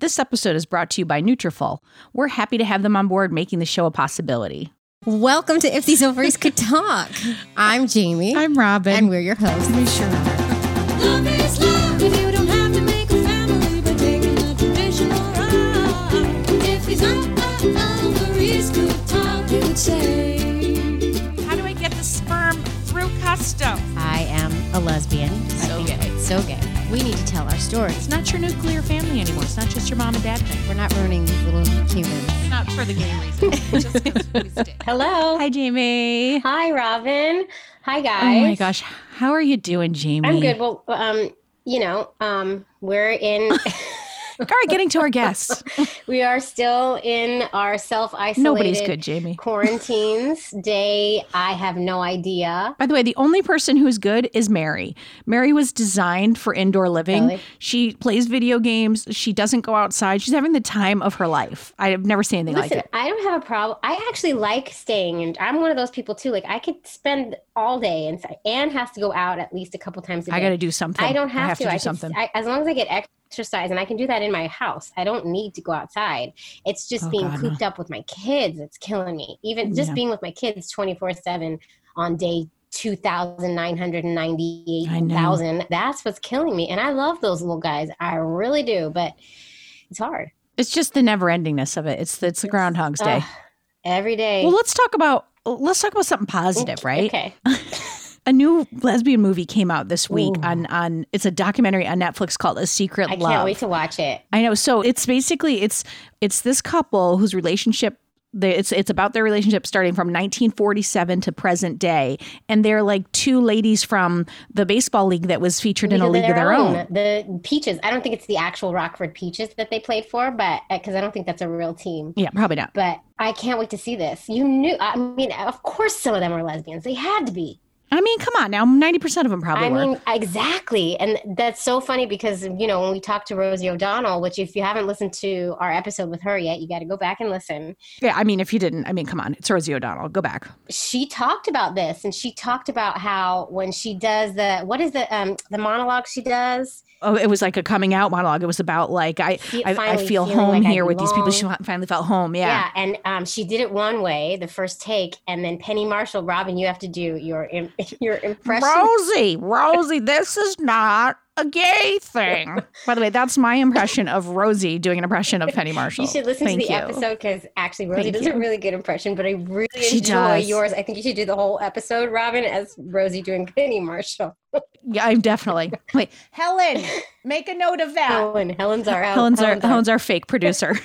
This episode is brought to you by Nutrafol. We're happy to have them on board making the show a possibility. Welcome to If These Ovaries Could Talk. I'm Jamie. I'm Robin. And we're your hosts. We sure are. Love is love if you don't have to make a family by taking a traditional ride. If these ovaries could talk, you would say. How do I get the sperm through custom? I am a lesbian. So gay. So gay. We need to tell our stories. It's not your nuclear family anymore. It's not just your mom and dad thing. We're not ruining these little humans. Not for the gay reason. just because we stick. Hello. Hi, Jamie. Hi, Robin. Hi, guys. Oh my gosh, how are you doing, Jamie? I'm good. Well, um, you know, um, we're in, All right, getting to our guests. we are still in our self isolated Nobody's good, Jamie. quarantines day. I have no idea. By the way, the only person who's good is Mary. Mary was designed for indoor living. Really? She plays video games. She doesn't go outside. She's having the time of her life. I have never seen anything Listen, like it. I don't have a problem. I actually like staying in. I'm one of those people too. Like I could spend all day inside. Anne has to go out at least a couple times a day. I got to do something. I don't have, to, to. I do could- something. I, as long as I get exercise, and I can do that in my house. I don't need to go outside. It's just Oh, being God, no. cooped up with my kids. It's killing me. Even just Yeah. being with my kids twenty four seven on day. 2,998,000. I know. That's what's killing me. And I love those little guys. I really do, but it's hard. it's just the never endingness of it. It's the, it's the Groundhog's Day. Ugh, every day. Well, let's talk about let's talk about something positive, right? Okay. A new lesbian movie came out this week on on it's a documentary on Netflix called A Secret I Love. can't wait to watch it. I know. So it's basically it's it's this couple whose relationship they, it's it's about their relationship starting from 1947 to present day, and they're like two ladies from the baseball league that was featured in a league of their own. The Peaches. I don't think it's the actual Rockford Peaches that they played for, but because I don't think that's a real team. Yeah, probably not. But I can't wait to see this. You knew. I mean, of course, some of them are lesbians. They had to be. I mean, come on now, 90 percent of them probably I were. mean, exactly. And that's so funny because you know when we talked to Rosie O'Donnell, which if you haven't listened to our episode with her yet, you got to go back and listen. yeah, I mean, if you didn't, I mean, come on, it's Rosie O'Donnell. Go back. She talked about this, and she talked about how when she does the what is the um the monologue she does. oh, it was like a coming out monologue. It was about like I Fe- I, I finally feel feeling home like I here with these people. She belong. fi- finally felt home. Yeah. Yeah. and um, she did it one way, the first take, and then Penny Marshall, Robin, you have to do your Im- your impression. Rosie, Rosie, this is not a gay thing. By the way, that's my impression of Rosie doing an impression of Penny Marshall. You should listen Thank to the you. episode because actually Rosie Thank does you. a really good impression, but I really She enjoy does. yours. I think you should do the whole episode, Robin, as Rosie doing Penny Marshall. Yeah, I'm definitely. Wait, Helen, make a note of that. Helen, Oh, Helen's our out. Helen's, our, Helen's our fake producer.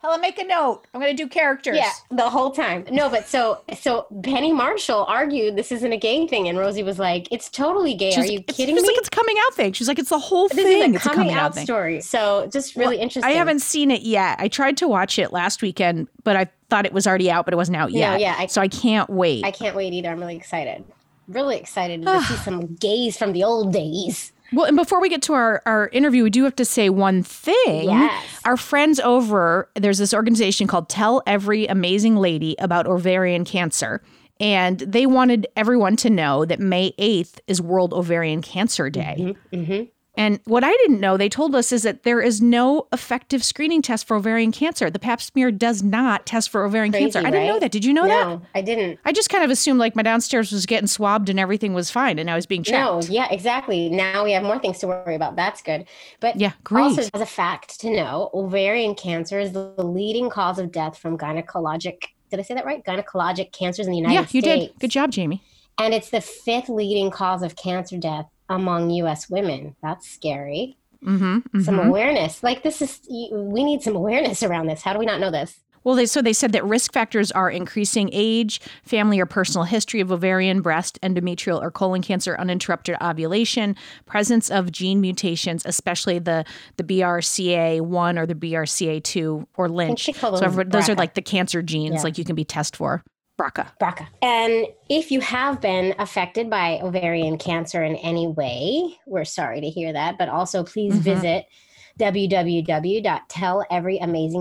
Helen, make a note. I'm going to do characters. Yeah, the whole time. No, but so so Penny Marshall argued this isn't a gay thing, and Rosie was like, "It's totally gay. Are She's- you it's- kidding It's me?" like it's a coming out thing. She's like, it's the whole this thing. is a it's coming, out, thing. story. So just really interesting. I haven't seen it yet. I tried to watch it last weekend, but I thought it was already out, but it wasn't out No, yet. yeah, I- so I can't wait. I can't wait either. I'm really excited. Really excited to see some gays from the old days. well, and before we get to our, our interview, we do have to say one thing. Yes. Our friends over, there's this organization called Tell Every Amazing Lady About Ovarian Cancer. And they wanted everyone to know that May 8th is World Ovarian Cancer Day. Mm-hmm. And what I didn't know, they told us, is that there is no effective screening test for ovarian cancer. The pap smear does not test for ovarian Crazy, cancer. I didn't know right? that. Did you know that? no, I didn't. I just kind of assumed like my downstairs was getting swabbed and everything was fine and I was being checked. No, yeah, exactly. Now we have more things to worry about. That's good. But Yeah, great. also, as a fact to know, ovarian cancer is the leading cause of death from gynecologic. Did I say that right? Gynecologic cancers in the United yeah, States. you did. Good job, Jamie. And it's the fifth leading cause of cancer death among U.S. women. That's scary. hmm Some awareness. Like this is. We need some awareness around this. How do we not know this? Well, they so they said that risk factors are increasing age, family or personal history of ovarian, breast, endometrial, or colon cancer, uninterrupted ovulation, presence of gene mutations, especially the the BRCA1 or the BRCA2 or Lynch. they call So those everyone- those are BRCA. like the cancer genes, Yeah. like you can be test for. BRCA. BRCA. And if you have been affected by ovarian cancer in any way, we're sorry to hear that, but also please Mhm. visit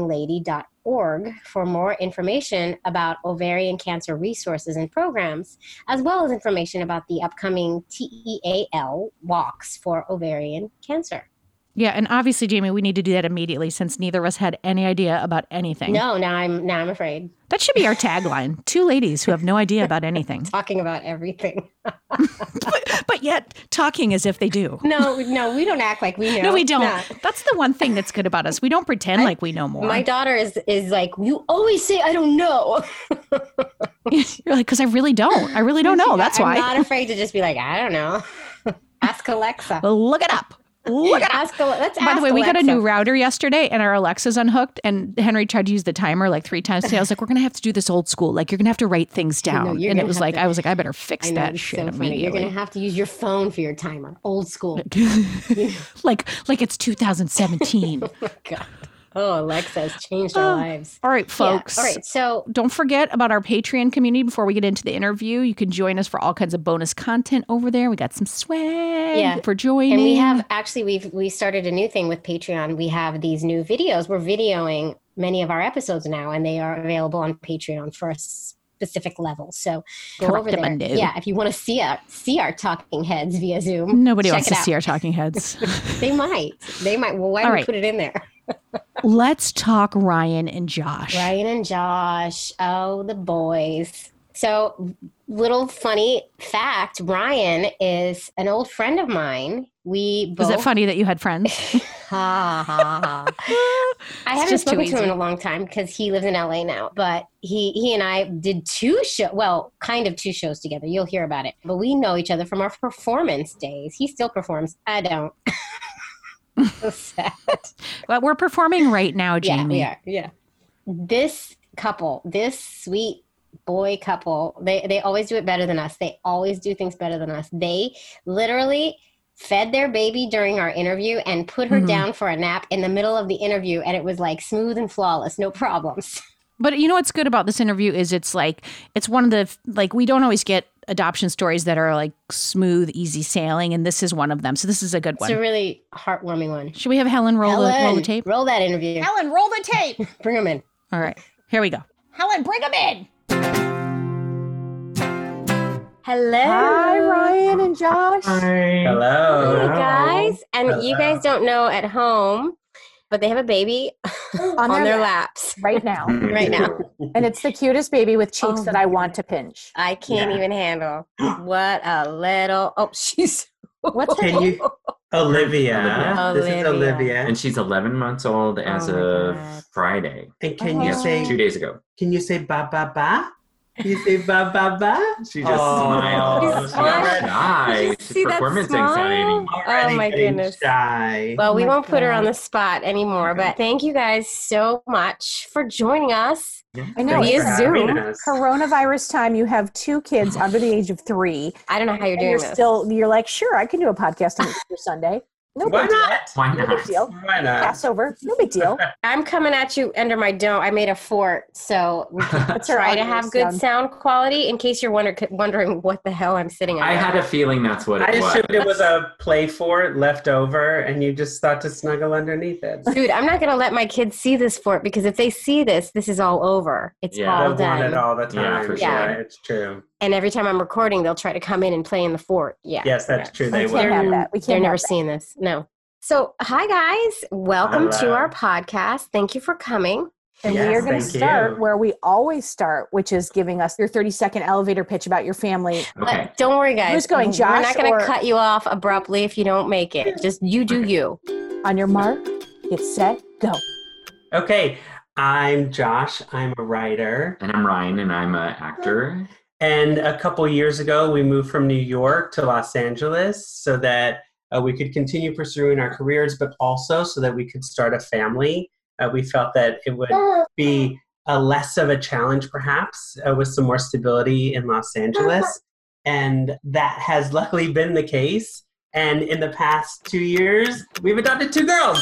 www.telleveryamazinglady.org for more information about ovarian cancer resources and programs, as well as E information about the upcoming TEAL walks for ovarian cancer. Yeah, and obviously, Jamie, we need to do that immediately since neither of us had any idea about anything. No, now I'm now I'm afraid. That should be our tagline two ladies who have no idea about anything, Talking about everything. but yet talking as if they do. No, no, we don't act like we know. No, we don't. Nah. That's the one thing that's good about us. We don't pretend like we know more. My daughter is is like, you always say I don't know. You're like, because I really don't. I really don't know. That's I'm why. not afraid to just be like, I don't know. ask Alexa. Well, look it up. Look it up. Ask Ale- let's By the ask way, we got a Alexa. new router yesterday and our Alexa's unhooked. And Henry tried to use the timer like three times today. I was like, we're going to have to do this old school. Like, you're going to have to write things know, down. you're and it gonna was have like, to- I was like, I better fix I know, that it's shit so funny. You're immediately. gonna have to use your phone for your timer. Old school. like, like it's 2017. God. Oh, Alexa has changed our lives. All right, Yeah. Oh, folks. All right. So Don't forget about our Patreon community before we get into the interview. You can join us for all kinds of bonus content over there. We got some swag Yeah. for joining. and we have actually we've we started a new thing with Patreon. We have these new videos. We're videoing many of our episodes now, and they are available on Patreon for a specific level. So go over there. Correctamundo. Yeah, if you want to see our see our talking heads via Zoom. Nobody check wants it to out. see our talking heads. They might. They might. Well, why All do right. we put it in there? Let's talk Ryan and Josh. Ryan and Josh. Oh, the boys. So, little funny fact Ryan is an old friend of mine. We Is both. it funny that you had friends? Ha, ha, ha. I haven't just too spoken to him easy. in a long time because he lives in LA now. But he he and I did two show, well, kind of two shows together. You'll hear about it. But we know each other from our performance days. He still performs. I don't. so sad. but we're performing right now, Yeah, Jamie. we are. Yeah. This couple, this sweet boy couple, they they always do it better than us. They always do things better than us. They literally fed their baby during our interview and put her Mhm. down for a nap in the middle of the interview and it was like smooth and flawless, no problems. But you know what's good about this interview is it's like it's one of the like we don't always get adoption stories that are like smooth, easy sailing, and this is one of them. So this is a good It's a one. really heartwarming one. Should we have Helen roll, the, roll the Ellen, tape? roll that interview. Helen, roll the tape. Bring them in. All right, here we go. Helen, bring him in. Hello. Hi, Ryan and Josh. Hello. Hey guys, and you Hello. guys don't know at home, but they have a baby on, their laps. Right now. right now. And it's the cutest baby with cheeks Oh that my I want to pinch. I can't Yeah. even handle. What a little. Oh, she's. What's her Can name? you, Olivia. Olivia. This is Olivia. Olivia. and she's 11 months old as Oh my of God. Friday. And can you Yes, say? two days ago. Can you say ba ba ba? Can you say ba ba ba? She just Oh. smiled. She's She got smiling. Did you shy. see She's that performance smile? anxiety. Already Oh, my getting goodness. Shy. Well, we Oh my won't put her on God. the spot anymore, but thank you guys so much for joining us. I know. Thanks via for It's having Zoom. us. coronavirus time. You have two kids under the age of three. I don't know how you're And doing you're this. still, you're like, sure, I can do a podcast on Easter Sunday. No Why big deal. not? Why No big not? deal. Why not? Passover. No big deal. I'm coming at you under my dome. I made a fort, so we can That's her try to audio have good sound. sound quality in case you're wonder- wondering what the hell I'm sitting on. I had a feeling that's what I it was. assumed it was a play fort left over, and you just thought to snuggle underneath it. Dude, I'm not going to let my kids see this fort because if they see this, this is all over. It's Yeah. all I want done. it all the Yeah, time. for sure. it's true. And every time I'm recording, they'll try to come in and play in the fort. Yeah. Yes, that's true. They We can't will. have that. We They're can't never have that. seeing this. No. So, hi guys. Welcome to Hello. our podcast. Thank you for coming. And Yes, we are going to thank start you. where we always start, which is giving us your 30 second elevator pitch about your family. Okay. But don't worry, guys. Who's going, We're Josh not going or- to cut you off abruptly if you don't make it. Just you do you. On your mark, get set, go. Okay. I'm Josh. I'm a writer. And I'm Ryan, and I'm an actor. And a couple years ago, we moved from New York to Los Angeles so that uh, we could continue pursuing our careers, but also so that we could start a family. Uh, we felt that it would be uh, less of a challenge, perhaps, uh, with some more stability in Los Angeles. And that has luckily been the case. And in the past two years, we've adopted two girls.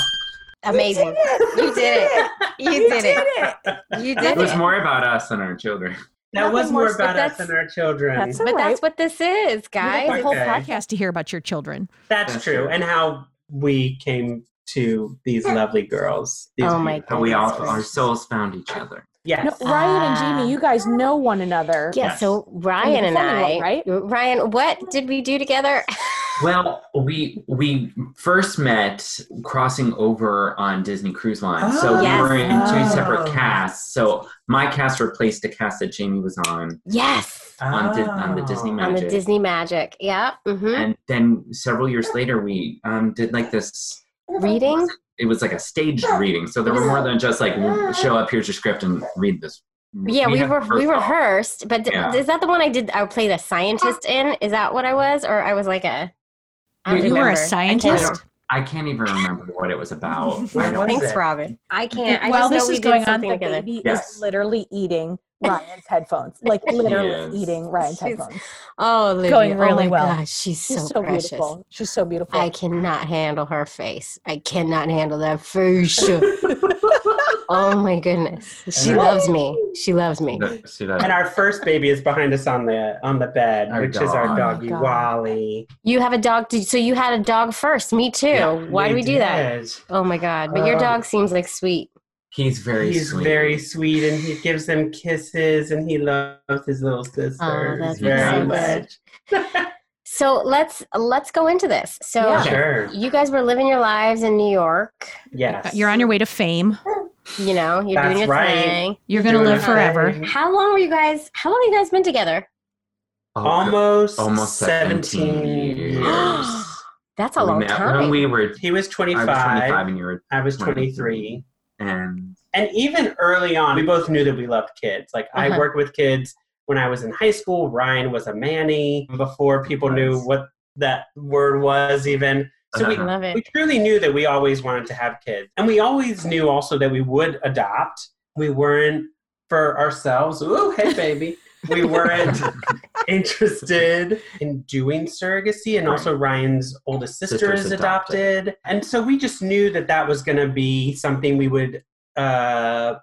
Amazing. You did it. You did it. You It did was it. more about us than our children. That was Nothing more more about us that's- than our children. That's all But right. that's what this is, The guys. whole Okay. podcast to hear about your children. That's, That's true. true. And how we came to these lovely girls. These Oh my But beautiful we all, girls. our souls found each other. Yes. No, Ryan and Jamie, Ah. you guys know one another. Yeah, Yes. so Ryan and performing I, role, right? Ryan, what did we do together? Well, we we first met crossing over on Disney Cruise Line, so Yes. we were in two Oh. separate casts. So my cast replaced a cast that Jamie was on Yes. on, Di- on the Ah. Disney On Magic, the Disney Magic. Yeah. hmm and then several years later we um, did like this. Reading. It was like a staged reading, so there were more than just like show up, here's your script, and read this. Yeah, we, had were we rehearsal. rehearsed, but d- Yeah. is that the one I did? I played a scientist in. Is that what I was, or I was like a? I don't You were a remember. I can't- scientist? I can't even remember what it was about. I don't Thanks, it? Robin. I can't. I While just know this we is did going on, something the together. baby Yes. is literally eating Ryan's headphones. Like literally Yes. eating Ryan's She's headphones. Oh, Olivia. Going oh really my well. gosh, she's so, She's so, precious. beautiful. She's so beautiful. I cannot handle her face. I cannot handle that face. oh my goodness, she What? loves me. She loves me. No, see that? And our first baby is behind us on the on the bed, Our which is our dog. doggy God. Wally. You have a dog, did- so you had a dog first. Me too. Why do we do that? did. Oh my god! But your Oh. dog seems like sweet. He's very He's sweet. very sweet, and he gives them kisses, and he loves his little sisters that's very so much. So let's let's go into this. So Yeah. Sure. you guys were living your lives in New York. Yes. You're on your way to fame. You know, you're doing That's your right. thing. You're going to Doing live our forever. thing. How long were you guys? How long have you guys been together? Oh, good. Almost Almost 17 17 years. That's a we long met time. when we were. He was I 25. was 25 and you were, I was 23. 23. and and even early on, we both knew that we loved kids. Like Uh-huh. I worked with kids when I was in high school. Ryan was a manny before people knew what that word was even. So we, I love it. we truly knew that we always wanted to have kids. And we always knew also that we would adopt. We weren't for ourselves. Ooh, hey baby. We weren't interested in doing surrogacy and also Ryan's oldest sister Sister's is adopted. adopted. And so we just knew that that was going to be something we would uh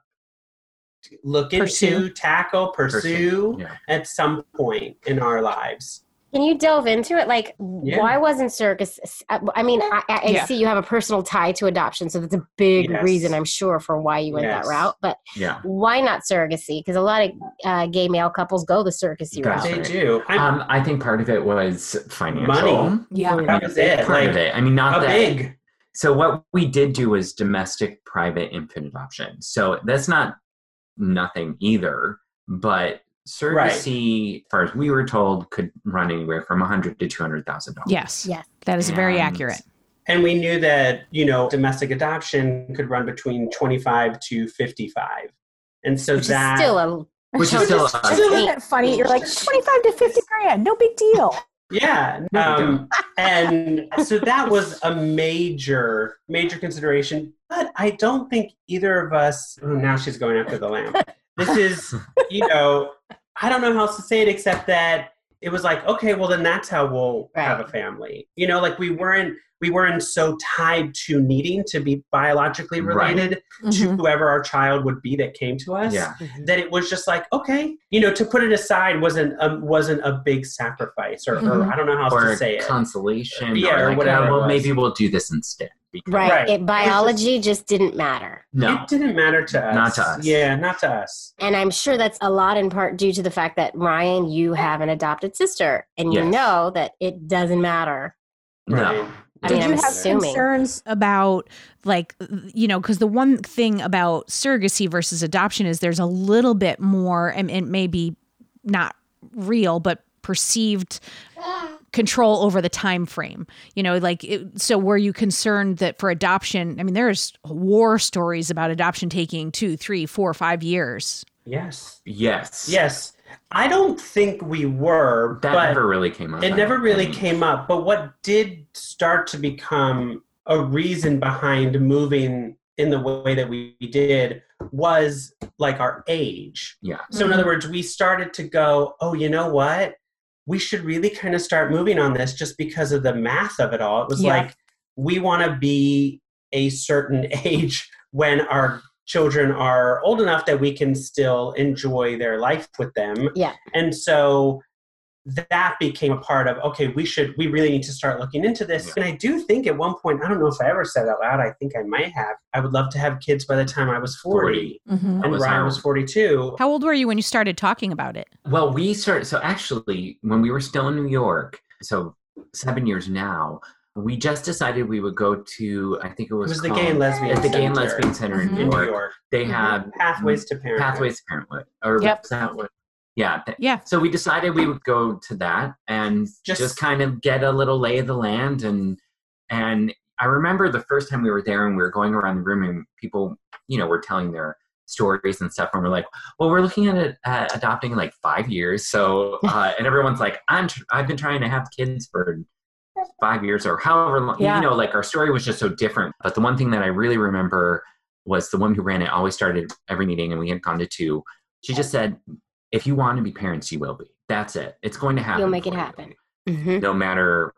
look Pursue. into, tackle, pursue Yeah. at some point in our lives. Can you delve into it? Like, Yeah. why wasn't circus? I I mean, I, I I Yeah. see you have a personal tie to adoption, so that's a big Yes. reason, I'm sure, for why you went Yes. that route. But yeah. why not surrogacy? Because a lot of uh, gay male couples go the surrogacy route. That's they right. do. I'm, Um, I think part of it was financial. Money. Yeah. that was it. Part Like of it. I mean, not a that. big So what we did do was domestic private infant adoption. So that's not nothing either, but surrogacy, as far as we were told, could run anywhere from a hundred to two hundred thousand dollars. Yes. Yes. That is very And- accurate. And we knew that, you know, domestic adoption could run between 25 to 55. And so Which that is still a Which is chunk still of a- change. Isn't that funny? You're like 25 to 50 grand. No big deal. yeah. No, we Um, and so that was a major, major consideration. But I don't think either of us, oh, now she's going after the lamp. This is, you know, I don't know how else to say it except that it was like, okay, well, then that's how we'll have a Right. family. You know, like we weren't. We weren't so tied to needing to be biologically Right. related Mm-hmm. to whoever our child would be that came to us Mm-hmm. Yeah. that it was just like okay you know to put it aside wasn't a, wasn't a big sacrifice or, or Mhm. i don't know how else Mm-hmm. Or to say it consolation. Yeah, or like, whatever oh, it well, was. maybe we'll do this instead. Because- Right. Right. It, biology just didn't matter. No. it didn't matter to us Not to us. yeah not to us And I'm sure that's a lot in part due to the fact that Ryan, you have an adopted sister, and you Yes. know that it doesn't matter. No. Right. I Did mean, you I'm have assuming. concerns? About, like, you know, because the one thing about surrogacy versus adoption is there's a little bit more, and it may be not real, but perceived control over the time frame you know like it, so were you concerned that for adoption i mean there's war stories about adoption taking two three four five years yes Yes. yes i don't think we were That but never really came up. it I never don't really think. came up but what did start to become a reason behind moving in the way that we did was like our age Yeah. So, in other words, we started to go, oh, you know what? We should really kind of start moving on this just because of the math of it all. It was Yeah. like, we want to be a certain age when our children are old enough that we can still enjoy their life with them. Yeah. And so that became a part of okay we should we really need to start looking into this Yeah. and i do think at one point i don't know if i ever said out loud i think i might have i would love to have kids by the time i was 40, 40. mm-hmm. and was ryan our- was 42 how old were you when you started talking about it Well, we started. So actually, when we were still in New York, so seven years now, we just decided we would go to, I think it It was, was the called- Gay and Lesbian at the Gay and Center Mm-hmm. Lesbian Center in Mhm. New in New York. York. They have Pathways to Parenthood. Pathways to Parenthood. Or Yep. is that what? Yeah. th- Yeah. So we decided we would go to that and just, Just- kind of get a little lay of the land and and I remember the first time we were there and we were going around the room and people, you know, were telling their stories and stuff and we're like, well, we're looking at it, uh, adopting in like five years. So uh, and everyone's like, I'm tr- I've been trying to have kids for five years or however long. Yeah. You know, like our story was just so different. But the one thing that I really remember was the woman who ran it always started every meeting and we had gone to two. She just said, if you want to be parents, you will be. That's it. It's going to happen. You'll make it for you. happen. hmm No matter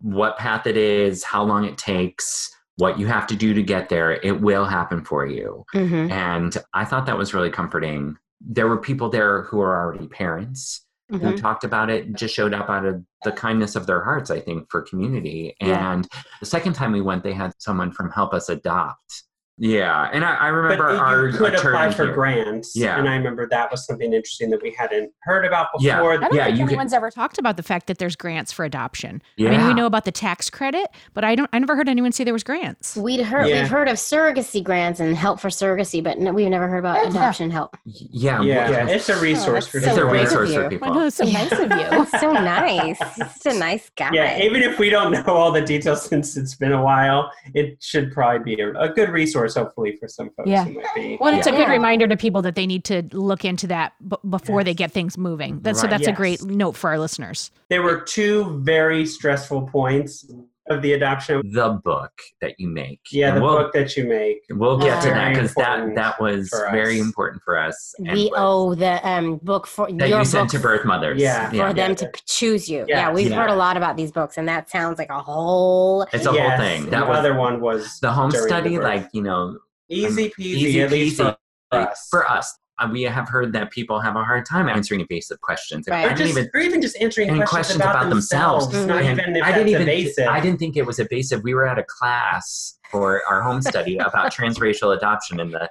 what path it is, how long it takes, what you have to do to get there, it will happen for you. hmm Mm-hmm. And I thought that was really comforting. There were people there who are already parents mm-hmm. Mm-hmm. who talked about it, just showed up out of the kindness of their hearts, I think, for community. Yeah. And the second time we went, they had someone from Help Us Adopt. Yeah. And I, I But remember our you could attorney apply for here- grants. Yeah. And I remember that was something interesting that we hadn't heard about Yeah. before. I don't Yeah, think you could- anyone's ever talked. Talked about the fact that there's grants for adoption. Yeah. I mean, we know about the tax credit, but I don't. I never heard anyone say there was grants. We'd heard Yeah. we've heard of surrogacy grants and help for surrogacy, but no, we've never heard about Yeah. adoption help. yeah. yeah. well, yeah, it's a resource for that's It's so a nice of resource you. for I know people. it's Yeah. so Nice of you. That's so nice. He's such a nice guy. Yeah, even if we don't know all the details since it's been a while, it should probably be a, a good resource, hopefully, for some folks Yeah. who might be. Well, it's a Yeah. good reminder to people that they need to look into that b- before they get things moving. That's, So Right. that's a Yes. great note for our listeners. There were two very stressful points of the adoption. The book that you make. Yeah, And the we'll, book that you make. We'll get to that Very because that important that was for us. very important for us. and we was- owe the um, book for that your you book sent to birth mothers. Yeah. for yeah. them Yeah. to p- choose you. Yeah. Yeah, we've Yeah. heard a lot about these books, and that sounds like a whole. It's a Yes, whole thing. The That was other one was the home during the study, birth. like you know, easy peasy, easy at least peasy. for like, us. for us. uh, We have heard that people have a hard time answering evasive questions. And Right. I Or didn't just, even. or even just answering and questions, questions about, about themselves. themselves. Not and even if I that's didn't even. evasive. I didn't think it was evasive. We were at a class for our home study about transracial adoption, and the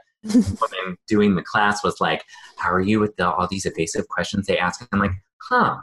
woman doing the class was like, "How are you with the, all these evasive questions they ask?" I'm like, "Huh?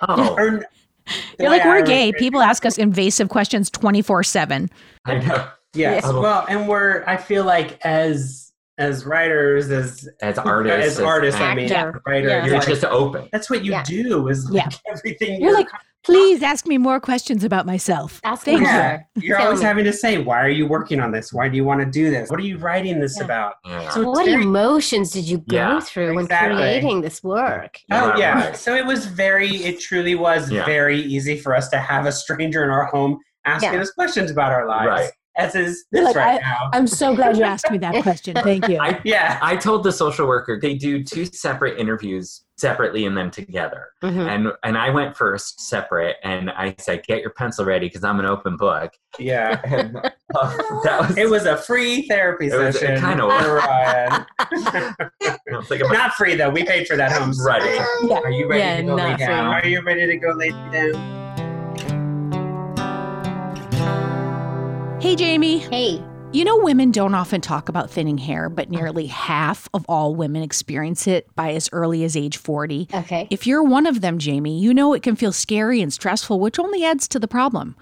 Oh, Or- You're the way like, I we're remember gay. it- People ask us invasive questions 24 7. I know." Yes. Yeah. Well, and we're I feel like as as writers, as As artists, as artists, I act- mean, actor. writer, Yeah. you're like, just open. that's what you Yeah. do is like everything. You're like, please ask me more questions about myself. Ask Thank me you. her. you're tell always me. having to say, why are you working on this? Why do you want to do this? What are you writing this Yeah. about? Yeah. So it's What very- emotions did you go Yeah, through when exactly. creating this work? Oh Right, yeah. right. So it was very. It truly was Yeah. very easy for us to have a stranger in our home asking Yeah. us questions about our lives, Right. as is this You're like, right now. I'm so Glad glad you you asked. asked me that question. Thank you. I, yeah. I told the social worker they do two separate interviews separately and then together. Mm-hmm. Mhm. Mm-hmm. And and I went first separate and I said, get your pencil ready because I'm an open book. Yeah. And, uh, that was, It was a free therapy It was- it session. kinda was. for Ryan. I was like, am I Not free though. We paid for that home. right. study. Are you ready Yeah, to go lay not free. down? Are you ready to go lay down? Hey, Jamie. Hey, You know, women don't often talk about thinning hair, but nearly half of all women experience it by as early as age 40. okay. If you're one of them, Jamie, you know it can feel scary and stressful, which only adds to the problem.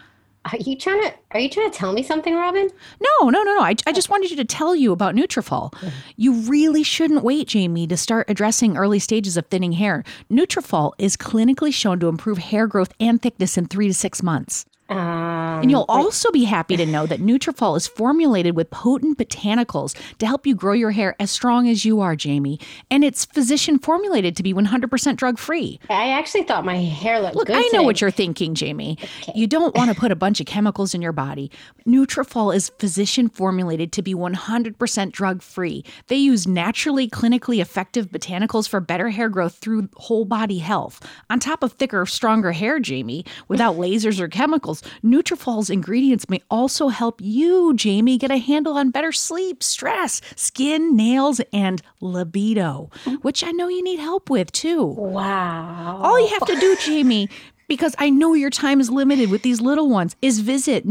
Are you trying to? Are you trying to tell me something, Robin? No, no, no, no. I, I just wanted you to tell you about Nutrafol. You really shouldn't wait, Jamie, to start addressing early stages of thinning hair. Nutrafol is clinically shown to improve hair growth and thickness in three to six months. Um, And you'll also be happy to know that Nutrafol is formulated with potent botanicals to help you grow your hair as strong as you are, Jamie. And it's physician formulated to be 100% drug free. I actually thought my hair looked Look, good. I know today. what you're thinking, Jamie. You don't want to put a bunch of chemicals in your body. Nutrafol is physician formulated to be 100% drug free. They use naturally clinically effective botanicals for better hair growth through whole body health. On top of thicker, stronger hair, Jamie, without lasers or chemicals, Nutrafol's ingredients may also help you, Jamie, get a handle on better sleep, stress, skin, nails, and libido, which I know you need help with too. Wow. All you have to do, Jamie, because I know your time is limited with these little ones, is visit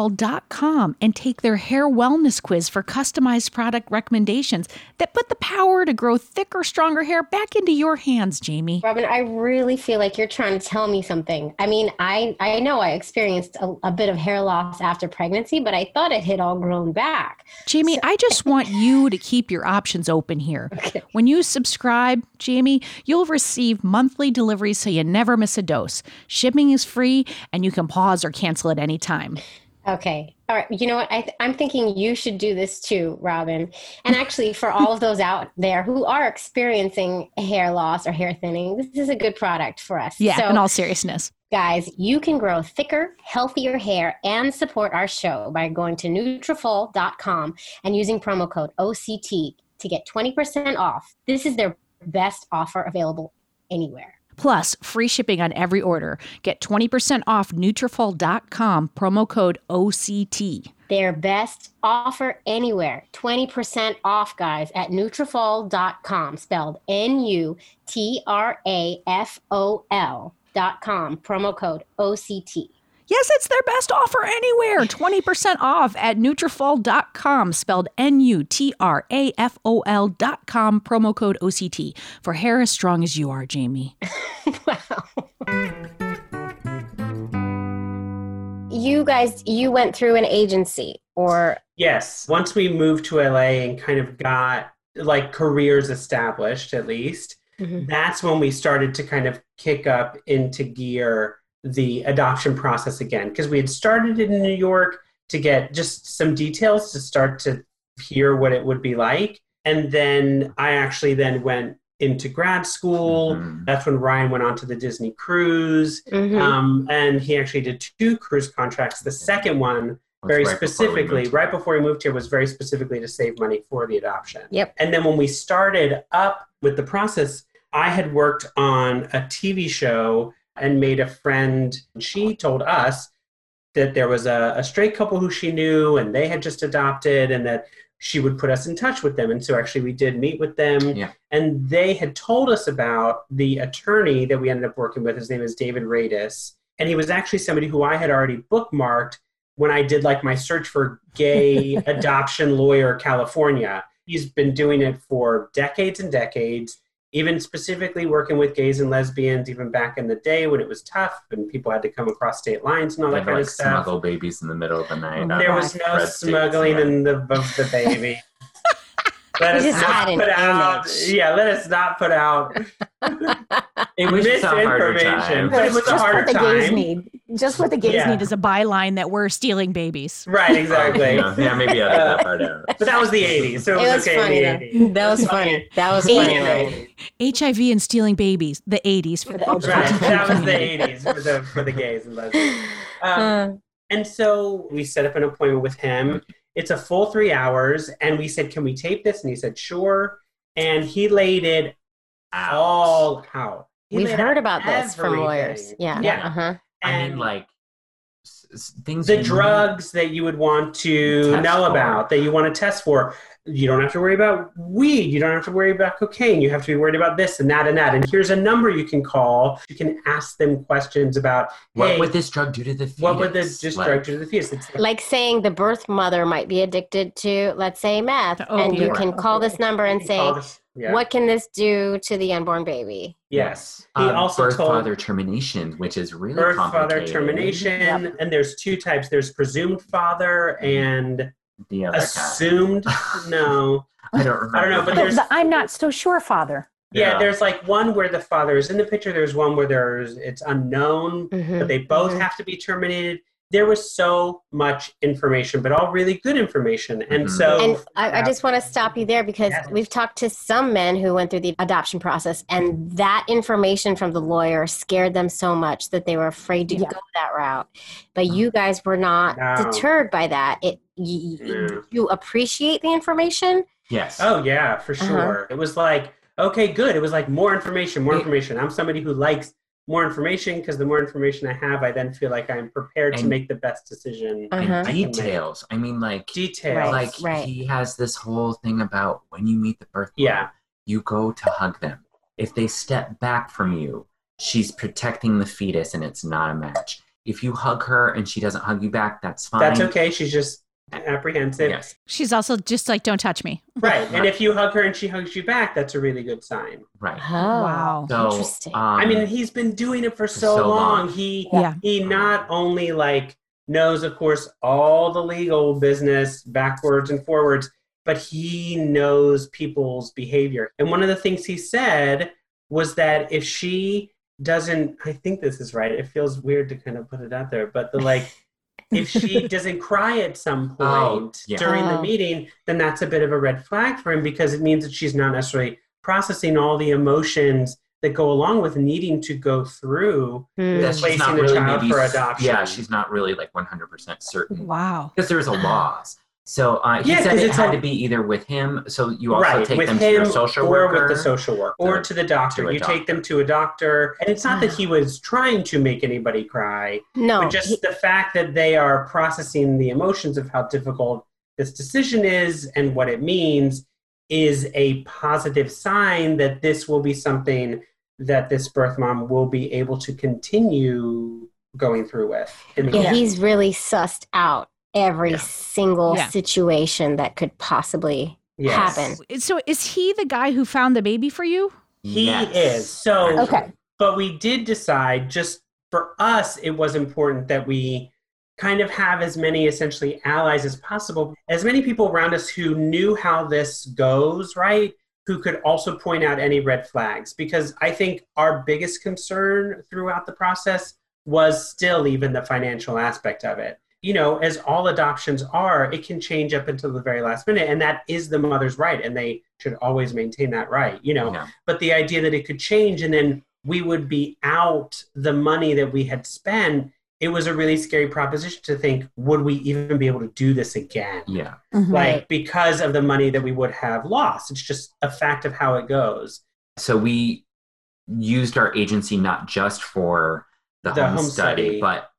Nutrafol.com and take their hair wellness quiz for customized product recommendations that put the power to grow thicker, stronger hair back into your hands, Jamie. Robin, I really feel like you're trying to tell me something. I mean, I, I know I experienced a, a bit of hair loss after pregnancy, but I thought it had all grown back. Jamie, I just want you to keep your options open here. When you subscribe, Jamie, you'll receive monthly deliveries so you never miss a dose. Shipping is free and you can pause or cancel at any time. Okay. All right. You know what? I th- I'm thinking you should do this too, Robin. And actually, for all of those out there who are experiencing hair loss or hair thinning, this is a good product for us. Yeah, So, in all seriousness. guys, you can grow thicker, healthier hair and support our show by going to Nutrafol.com and using promo code OCT to get 20% off. This is their best offer available anywhere. Plus, free shipping on every order. Get 20% off Nutrafol.com, promo code OCT. Their best offer anywhere. 20% off, guys, at Nutrafol.com, spelled N-U-T-R-A-F-O-L dot com. Promo code OCT. Yes, it's their best offer anywhere. 20% off at Nutrafol.com, spelled N-U-T-R-A-F-O-L dot com, promo code OCT for hair as strong as you are, Jamie. You guys, you went through an agency or Yes. Once we moved to LA and kind of got like careers established, at least, Mhm. that's when we started to kind of kick up into gear the adoption process again. Because we had started it in New York to get just some details to start to hear what it would be like. And then I actually then went into grad school. Mhm. That's when Ryan went on to the Disney cruise. Mm-hmm. Um, and he actually did two cruise contracts. The second one, That's very right before we specifically, moved. right before we moved here, was very specifically to save money for the adoption. Yep. And then when we started up with the process, I had worked on a TV show and made a friend. She told us that there was a, a straight couple who she knew and they had just adopted and that she would put us in touch with them. And so actually we did meet with them. Yeah. And they had told us about the attorney that we ended up working with. His name is David Radis. And he was actually somebody who I had already bookmarked when I did like my search for gay adoption lawyer California. He's been doing it for decades and decades, even specifically working with gays and lesbians, even back in the day when it was tough and people had to come across state lines and all that They had to, kind like of stuff. smuggle babies in the middle of the night. Oh, There God. was no Red states, smuggling right. in the of the baby. let us You just not had an put out. image. Yeah, let us not put out It was just a harder misinformation. time. But it was a just harder what the gays time. need. Just what the gays Yeah. need. It is a byline that we're stealing babies. Right, exactly. Oh, Yeah, yeah, maybe I'll take Uh, that part out. But that was the '80s, so it It was, was okay. funny, in though. the 80s. That was funny. That was funny. in the Robin. 80s. HIV and stealing babies, the 80s. For the LGBT Oh, Right. That was the community. 80s for the, for the gays and lesbians. Um, Uh, and so we set up an appointment with him. It's a full three hours. And we said, Can we tape this? And he said, Sure. And he laid it all out. He We've laid heard out about this from everything. lawyers. Yeah. Yeah. Uh-huh. I mean, And like s- s- things. the you- drugs that you would want to Mm-hmm. Test know for. about, that you want to test for. You don't have to worry about weed. You don't have to worry about cocaine. You have to be worried about this and that and that. And here's a number you can call. You can ask them questions about What hey, would this drug do to the fetus? what would this just Like, drug do to the fetus? It's Like saying the birth mother might be addicted to, let's say, meth, Oh, To and you opioid. can call this number and He say, called us- yeah. What can this do to the unborn baby? Yes. He um, also birth told father termination, which is really birth father complicated. termination, and there's two types. There's presumed father Mm-hmm. and The other assumed. kind. No. I don't remember. I don't know, but No, there's the I'm not so sure, father. yeah. Yeah. There's like one where the father is in the picture. There's one where there's it's unknown, Mm-hmm. but they both Mhm. have to be terminated. There was so much information, but all really good information, and Mhm. so And I, I just want to stop you there because Yes. we've talked to some men who went through the adoption process, and that information from the lawyer scared them so much that they were afraid to Yeah. go that route. But you guys were not Mm-hmm. No. deterred by that. It you, No. you appreciate the information. Yes. Oh yeah, for Uh-huh. sure. It was like, okay, good. It was like more information, more Yeah. information. I'm somebody who likes more information because the more information I have, I then feel like I'm prepared to And- make the best decision. And Uh-huh. details. I mean, like Details. like right. he has this whole thing about when you meet the birth mother, Yeah. you go to hug them. If they step back from you, she's protecting the fetus and it's not a match. If you hug her and she doesn't hug you back, that's fine. That's okay. She's just apprehensive. Yes. She's also just like, don't touch me. Right. And if you hug her and she hugs you back, that's a really good sign. Right. Oh, Wow. So, Interesting. um, I mean, he's been doing it for so, so long. long. He Yeah. he not only like knows, of course, all the legal business backwards and forwards, but he knows people's behavior. And one of the things he said was that if she doesn't, I think this is right. It feels weird to kind of put it out there, but the like. If she doesn't cry at some point Oh, yeah. during the Oh. meeting, then that's a bit of a red flag for him because it means that she's not necessarily processing all the emotions that go along with needing to go through Hmm. that she's not placing the really child maybe- for adoption. Yeah, she's not really like 100% certain Wow. because there's a laws. So uh, he Yeah, said 'cause it it's had all- to be either with him. So you also right, take with them him to your social or worker. with the social worker or Or to the doctor. to a you take them to a doctor, and it's not that he was trying to make anybody cry, No, but just he- the fact that they are processing the emotions of how difficult this decision is and what it means is a positive sign that this will be something that this birth mom will be able to continue going through with. in the yeah, future. he's really sussed out every Yeah. single Yeah. situation that could possibly Yes. happen. So is he the guy who found the baby for you? He Yes. is. So, Okay. but we did decide just for us, it was important that we kind of have as many essentially allies as possible, as many people around us who knew how this goes, right? Who could also point out any red flags. Because I think our biggest concern throughout the process was still even the financial aspect of it. You know, as all adoptions are, it can change up until the very last minute, and that is the mother's right, and they should always maintain that right. You know, Yeah. but the idea that it could change and then we would be out the money that we had spent it was a really scary proposition to think would we even be able to do this again Yeah. like Right. because of the money that we would have lost it's just a fact of how it goes So we used our agency not just for the, The home, home study. study, but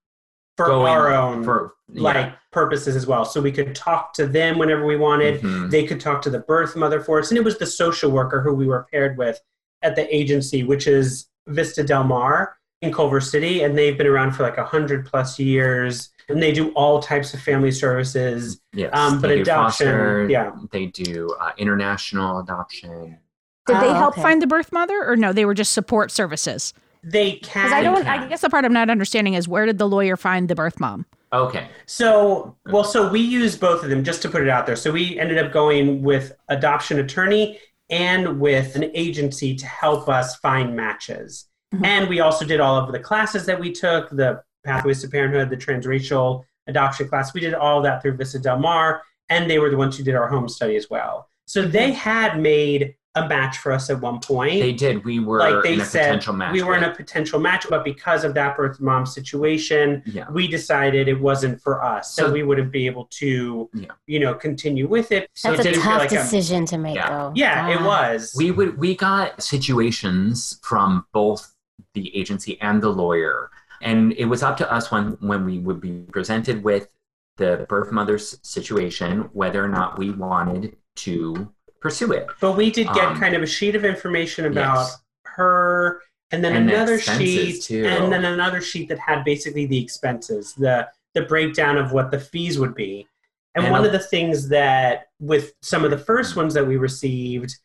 for going our own for like yeah. purposes as well so we could talk to them whenever we wanted Mhm. they could talk to the birth mother for us and it was the social worker who we were paired with at the agency which is vista del mar in culver city and they've been around for like 100 plus years and they do all types of family services Yes, um, but they do adoption, foster, yeah. they do uh, international adoption. Did Oh, they help? Help Okay. find the birth mother or no, they were just support services. they Cuz I can don't Yeah. I guess the part I'm not understanding is where did the lawyer find the birth mom? Okay, So, well, so we use both of them just to put it out there. So we ended up going with adoption attorney and with an agency to help us find matches. Mhm. And we also did all of the classes that we took, the Pathways to Parenthood, the transracial adoption class. We did all that through Vista Del Mar, and they were the ones who did our home study as well. So they had made a match for us at one point they did. We were like they in a said, potential match. we were in a with- potential match, but because of that birth mom situation, Yeah. we decided it wasn't for us, so So- we wouldn't be able to, Yeah. you know, continue with it. So That's it a didn't tough feel like a decision to make, Yeah. though. yeah, it God. was. We would. We got situations from both the agency and the lawyer, and it was up to us when when we would be presented with the birth mother's situation whether or not we wanted to pursue it. but we did get um, kind of a sheet of information about Yes. her, and then And the another expenses, sheet, too. and then another sheet that had basically the expenses, the the breakdown of what the fees would be. And, And one a- Mm. of the things that with some of the first ones that we received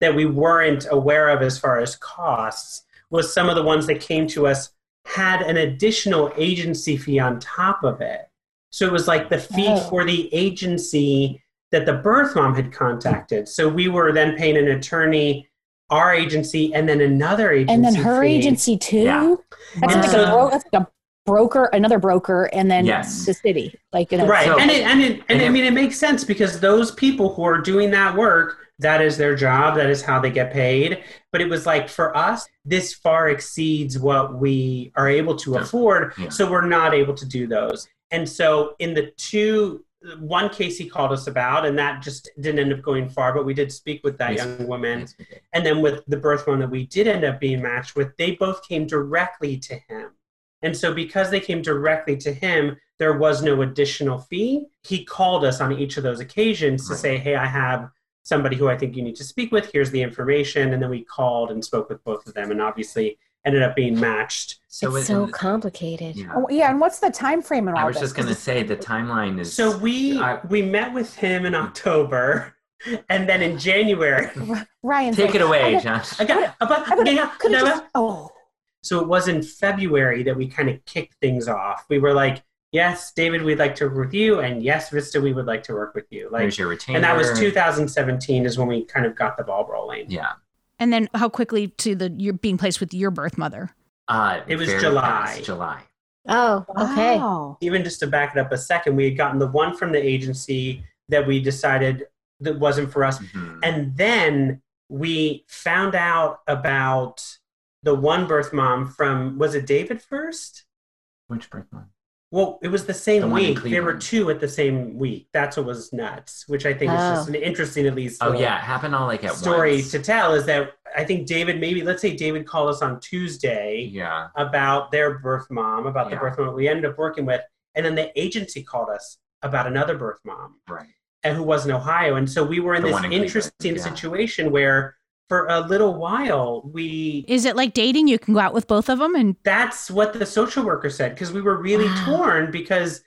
that we weren't aware of as far as costs was some of the ones that came to us had an additional agency fee on top of it. So it was like the fee Oh. for the agency that the birth mom had contacted. So we were then paying an attorney, our agency, and then another agency. And then her fee. agency too. Yeah. That's And like a so- bro- that's like a broker, another broker, and then Yes. the city. Like you know, Right. So- and it, and, it, and and I it- mean, it makes sense because those people who are doing that work, that is their job, that is how they get paid. But it was like for us, this far exceeds what we are able to Yeah. afford. Yeah. So we're not able to do those. And so in the two, one case he called us about, and that just didn't end up going far, but we did speak with that Yes. young woman. Yes, we did. And then with the birth one that we did end up being matched with, they both came directly to him. And so because they came directly to him, there was no additional fee. He called us on each of those occasions to Right. say, hey, I have somebody who I think you need to speak with. Here's the information. And then we called and spoke with both of them. And obviously ended up being matched. So it's it- so complicated. yeah. Oh, yeah, and what's the time frame and all I was this? just going to say the timeline is So we I- Mm. we met with him in October, and then in January. Ryan's Take like, it away, I John. I got about, Oh I yeah, could no, have just, oh, So it was in February that we kind of kicked things off. We were like, yes, David, we'd like to work with you, and yes, Vista, we would like to work with you. Like, There's your retainer. and that was 2017 is when we kind of got the ball rolling. Yeah. And then how quickly to the you're being placed with your birth mother. Uh, It was very July. fast, July. Oh, okay. wow. Even just to back it up a second, we had gotten the one from the agency that we decided that wasn't for us. Mhm. And then we found out about the one birth mom from, was it David first? Which birth month? Well, it was the same The one in week. There were Cleveland. two at the same week. That's what was nuts, which I think is just an interesting, at least, Oh little yeah, it happened all like at story once. to tell. Is that I think David maybe let's say David called us on Tuesday Yeah. about their birth mom, about Yeah. the birth mom that we ended up working with, and then the agency called us about another birth mom Right. and who was in Ohio, and so we were in The this one in Cleveland, interesting yeah. situation where for a little while we. Is it like dating? You can go out with both of them and That's what the social worker said because we were really Wow. torn because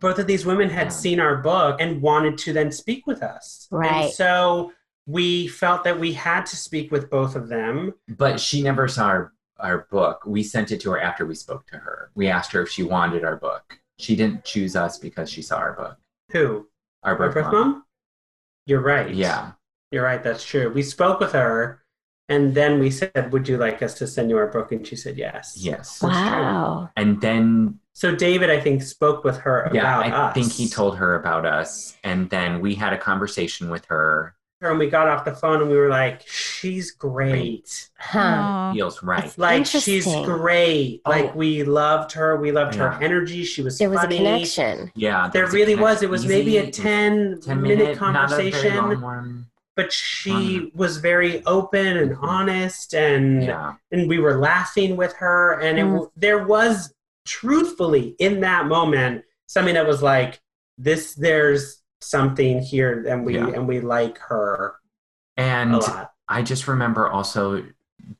both of these women had Yeah. seen our book and wanted to then speak with us. Right. And so we felt that we had to speak with both of them. But she never saw our our book. We sent it to her after we spoke to her. We asked her if she wanted our book. She didn't choose us because she saw our book. Who? Our Our birth, birth month. mom? You're right. Yeah. You're right. That's true. We spoke with her and then we said, Would you like us to send you our book? And she said, Yes. Yes. Wow. And then So David, I think, spoke with her yeah, about I us. think he told her about us. And then we had a conversation with her. her. And we got off the phone and we were like, She's great. Huh. Aw. Feels right. Like she's Interesting. great. Oh. Like we loved her. We loved her Yeah. energy. She was There was funny. a connection. Yeah. There a really was. It was connection. maybe a Easy, 10, 10 minute, minute not a very conversation, long one. but she was very open and Mhm. honest, and Yeah. and we were laughing with her, and it, Mm-hmm. w there was truthfully in that moment something that was like this. There's something here, and we Yeah. and we like her And a lot. I just remember also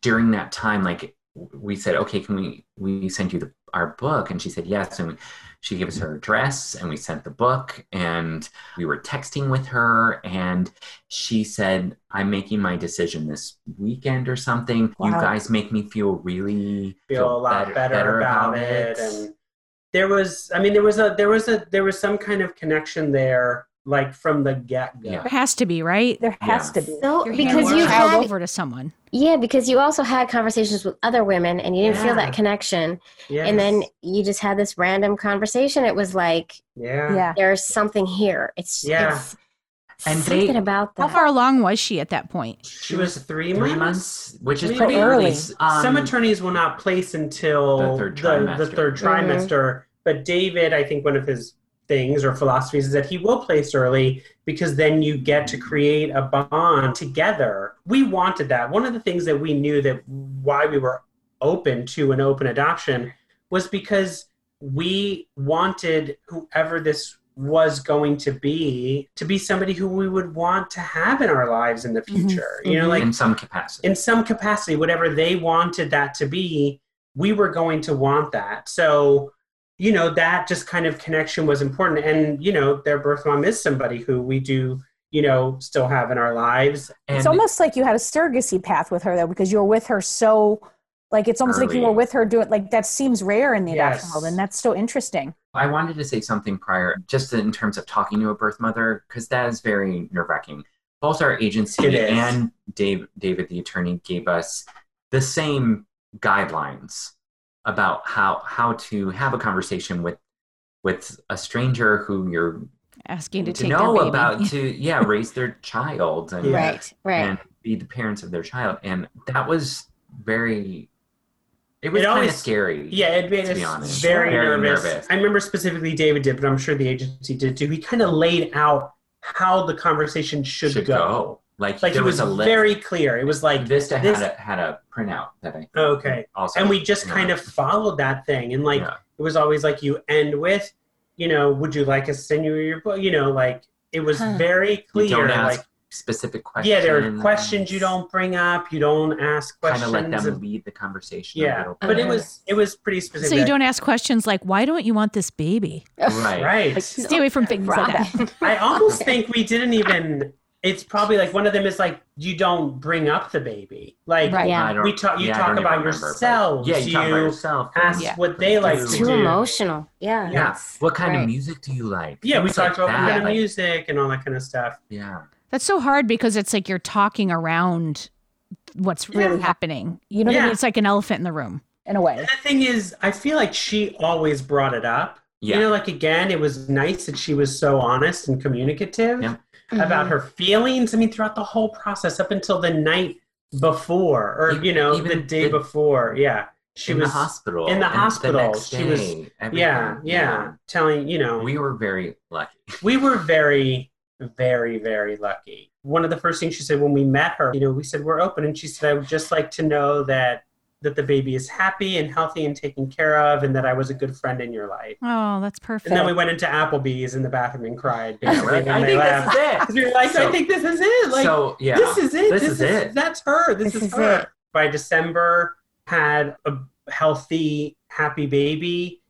during that time, like we said, okay, can we we send you the, our book? And she said yes, and she gave us her address, and we sent the book, and we were texting with her, and she said, "I'm making my decision this weekend or something. You Wow. guys make me feel really feel a lot better, about, it. and there was i mean there was a there was a there was some kind of connection there like from the get-go There Yeah. oh. has to be, right? There has to be. So You're because handing you a child had over to someone. yeah, because you also had conversations with other women and you didn't feel Yeah. that connection. Yes. And then you just had this random conversation. It was like yeah Yeah. there's something here. It's Yeah. it's And they- something about How that. far along was she at that point? she was three, three months, months, which is Maybe pretty early. early. Um, some attorneys will not place until The third the trimester. third Mhm. trimester but david i think one of his things or philosophies is that he will place early because then you get to create a bond together we wanted that one of the things that we knew that why we were open to an open adoption was because we wanted whoever this was going to be to be somebody who we would want to have in our lives in the future. You know, like in some capacity. in some capacity, whatever they wanted that to be, we were going to want that. So, you know, that just kind of connection was important. And, you know, their birth mom is somebody who we do, you know, still have in our lives. And- it's almost like you had a surrogacy path with her though, because you were with her so like it's almost like you Early. were with her doing like that seems rare in the adoption Yes. world, and that's so interesting. I wanted to say something prior, just in terms of talking to a birth mother, because that is very nerve wracking. Both our It agency is. and Dave, David, the attorney, gave us the same guidelines about how how to have a conversation with with a stranger who you're Asking to, to take know their baby. about to yeah raise their child and Yeah. Right, right. and be the parents of their child, and that was very. It was It kind of always- scary. Yeah, it made To be us honest. very, Very nervous. nervous. I remember specifically David did, but I'm sure the agency did too. He kind of laid out how the conversation should, should go. go. Like, Like there it was, was, a list. very clear. It was like Vista this- had a had a printout that I Okay. also and we just kind of followed that thing and like Yeah. it was always like you end with you know would you like us to send you your book you know like it was Huh. very You clear don't ask like specific questions. Yeah, there are questions you don't bring up. You don't ask Kind questions. of let them and- lead the conversation. a yeah, little but it bit. was it was pretty specific. So you don't ask questions like, why don't you want this baby? right. right. Stay away from things like that. I almost think we didn't even. It's probably like one of them is like you don't bring up the baby. Like Right. I don't- We talk- you yeah, I talk don't even about remember, but- yourselves. Yeah, you, talk about You yourself. ask and- what they like to Too do. emotional. Yeah. Yeah. that's- What kind right. of music do you like? Yeah, we Things like talked about what that, kind of like- music and all that kind of stuff. Yeah. That's so hard because it's like you're talking around what's really Yeah. happening. You know, I mean, Yeah. It's like an elephant in the room. in a way. And the thing is, I feel like she always brought it up. Yeah. You know, like again, it was nice that she was so honest and communicative Yeah. Mm-hmm. Mm-hmm. about her feelings. I mean, throughout the whole process, up until the night before, or Even- you know, even the day the- before. Yeah, she in was. the hospital. in the and hospital, next she was- day, Yeah, yeah, everything, Telling you know, We were very lucky. we were very, very, very lucky. One of the first things she said when we met her, you know, we said we're open, and she said I would just like to know that that the baby is happy and healthy and taken care of, and that I was a good friend in your life. Oh, that's perfect. And then we went into Applebee's in the bathroom and cried. Yeah, basically, right? when I they think left. this is 'Cause it. we were like, So- I think this is it. Like, so yeah, this is it. This is it. That's her. This, This is, is her. it. By December, had a healthy, happy baby,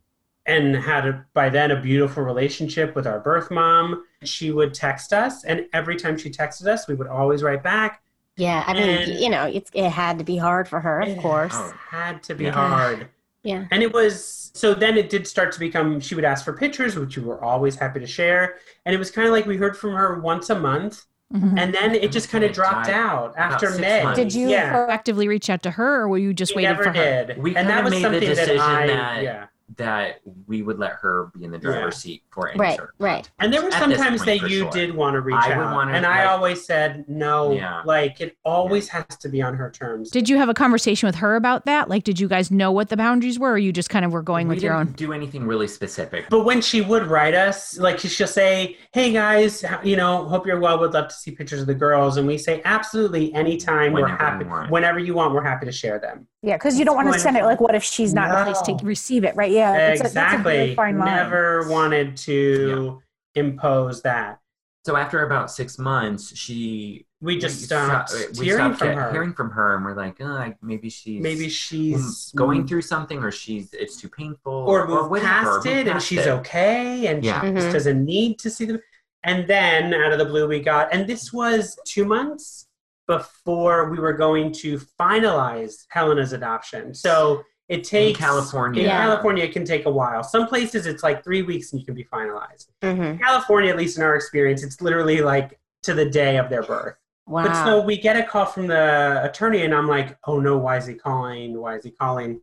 and had a, by then a beautiful relationship with our birth mom. She would text us, and every time she texted us, we would always write back. Yeah, I mean, And- Oh, you know, it's it had to be hard for her, of It course. had to be Yeah. hard. Yeah. And it was so then it did start to become she would ask for pictures, which we were always happy to share. And it was kind of like we heard from her once a month. Mhm. And then it just kind of dropped Died out after six May. months. Did you Yeah. Actively reach out to her, or were you just we waiting never for her? did. We and kinda that was made the something that decision I that- yeah. that we would let her be in the driver's seat for any Right, sort of right. And there were At this sometimes point, that for you sure. did want to reach I would out, wanna, and I like- always said no. Yeah. Like it always has to be on her terms. Did you have a conversation with her about that? Like, did you guys know what the boundaries were, or you just kind of were going we with your didn't own? Do anything really specific. But when she would write us, like she'll say, "Hey guys, h- you know, hope you're well. Would love to see pictures of the girls." And we say, "Absolutely, anytime. we're Whenever you happy. want. Whenever you want, we're happy to share them." Yeah, because you don't want to When- send it like, what if she's not in a place No. to receive it, right? Yeah, Uh, it's a- that's a very exactly. fine line. Never wanted to impose that. so after about six months, she We just we stopped stopped- we hearing stopped from get- her. hearing from her, and we're like, oh, like, maybe she's mm, Maybe she's mm. going through something, or she's it's too painful, or move whatever, past move it and past she's it. okay and Yeah. she just Mhm. doesn't need to see them. And then out of the blue, we got, and this was two months before we were going to finalize Helena's adoption. So it In takes. California, In Yeah. California, it can take a while. Some places, it's like three weeks and you can be finalized. Mm-hmm. hmm California, at least in our experience, it's literally like to the day of their birth. Wow. But so we get a call from the attorney, and I'm like, oh no, why is he calling? Why is he calling?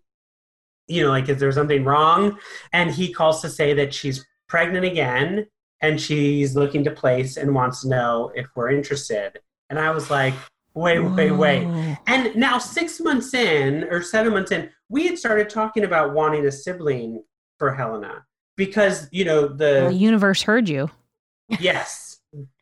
You know, like, is there something wrong? And he calls to say that she's pregnant again and she's looking to place and wants to know if we're interested. And I was like, wait, wait, wait. Whoa. And now, six months in or seven months in, we had started talking about wanting a sibling for Helena because, you know, the The universe heard you. yes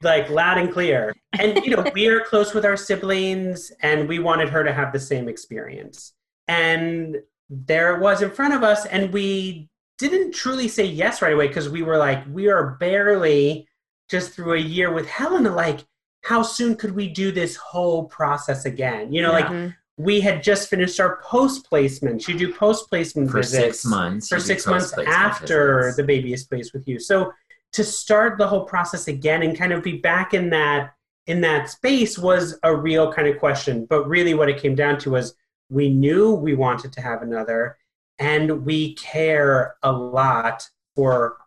like loud and clear and you know we are close with our siblings and we wanted her to have the same experience and there it was in front of us and we didn't truly say yes right away because we were like we are barely just through a year with helena like how soon could we do this whole process again you know like Mhm. we had just finished our post placements you do post placement for visits six months. for you do six months post-placement after visits. the baby is placed with you. So to start the whole process again and kind of be back in that in that space was a real kind of question. But really what it came down to was we knew we wanted to have another and we care a lot for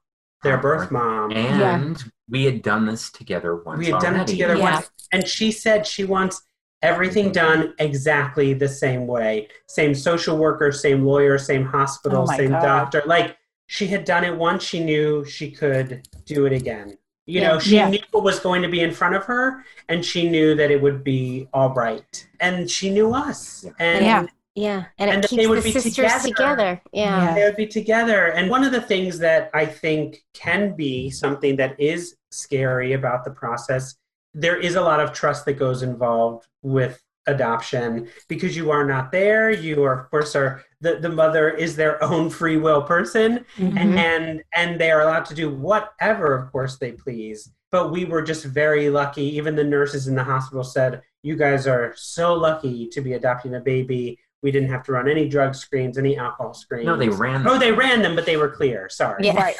their birth mom. and we had done this together once. we had done it already. together Yeah. once and she said she wants everything done exactly the same way same social worker same lawyer same hospital Oh my same God. doctor like she had done it once she knew she could do it again you know she Yeah. knew what was going to be in front of her and she knew that it would be all right and she knew us Yeah. and Yeah. yeah, and it and that they keeps would the be sisters together. together. Yeah. they would be together. And one of the things that I think can be something that is scary about the process, there is a lot of trust that goes involved with adoption because you are not there. You are, of course, are the, the mother is their own free will person Mhm. Mm-hmm. Mm-hmm. and and they are allowed to do whatever, of course, they please. but we were just very lucky. Even the nurses in the hospital said, You guys are so lucky to be adopting a baby. We didn't have to run any drug screens, any alcohol screens. No, they ran. Oh, they ran them, but they were clear. Sorry. Yeah. Right.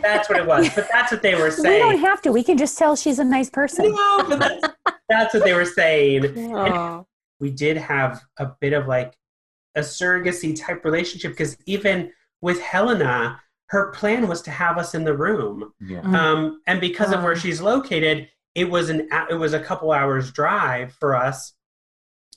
That's what it was. But that's what they were We don't saying. have to. We can just tell she's a nice person. No, but that's, that's what they were saying. Oh. we did have a bit of like a surrogacy type relationship because even with Helena, her plan was to have us in the room. yeah. Mm. Um, and because of where Wow. she's located, it was an it was a couple hours drive for us,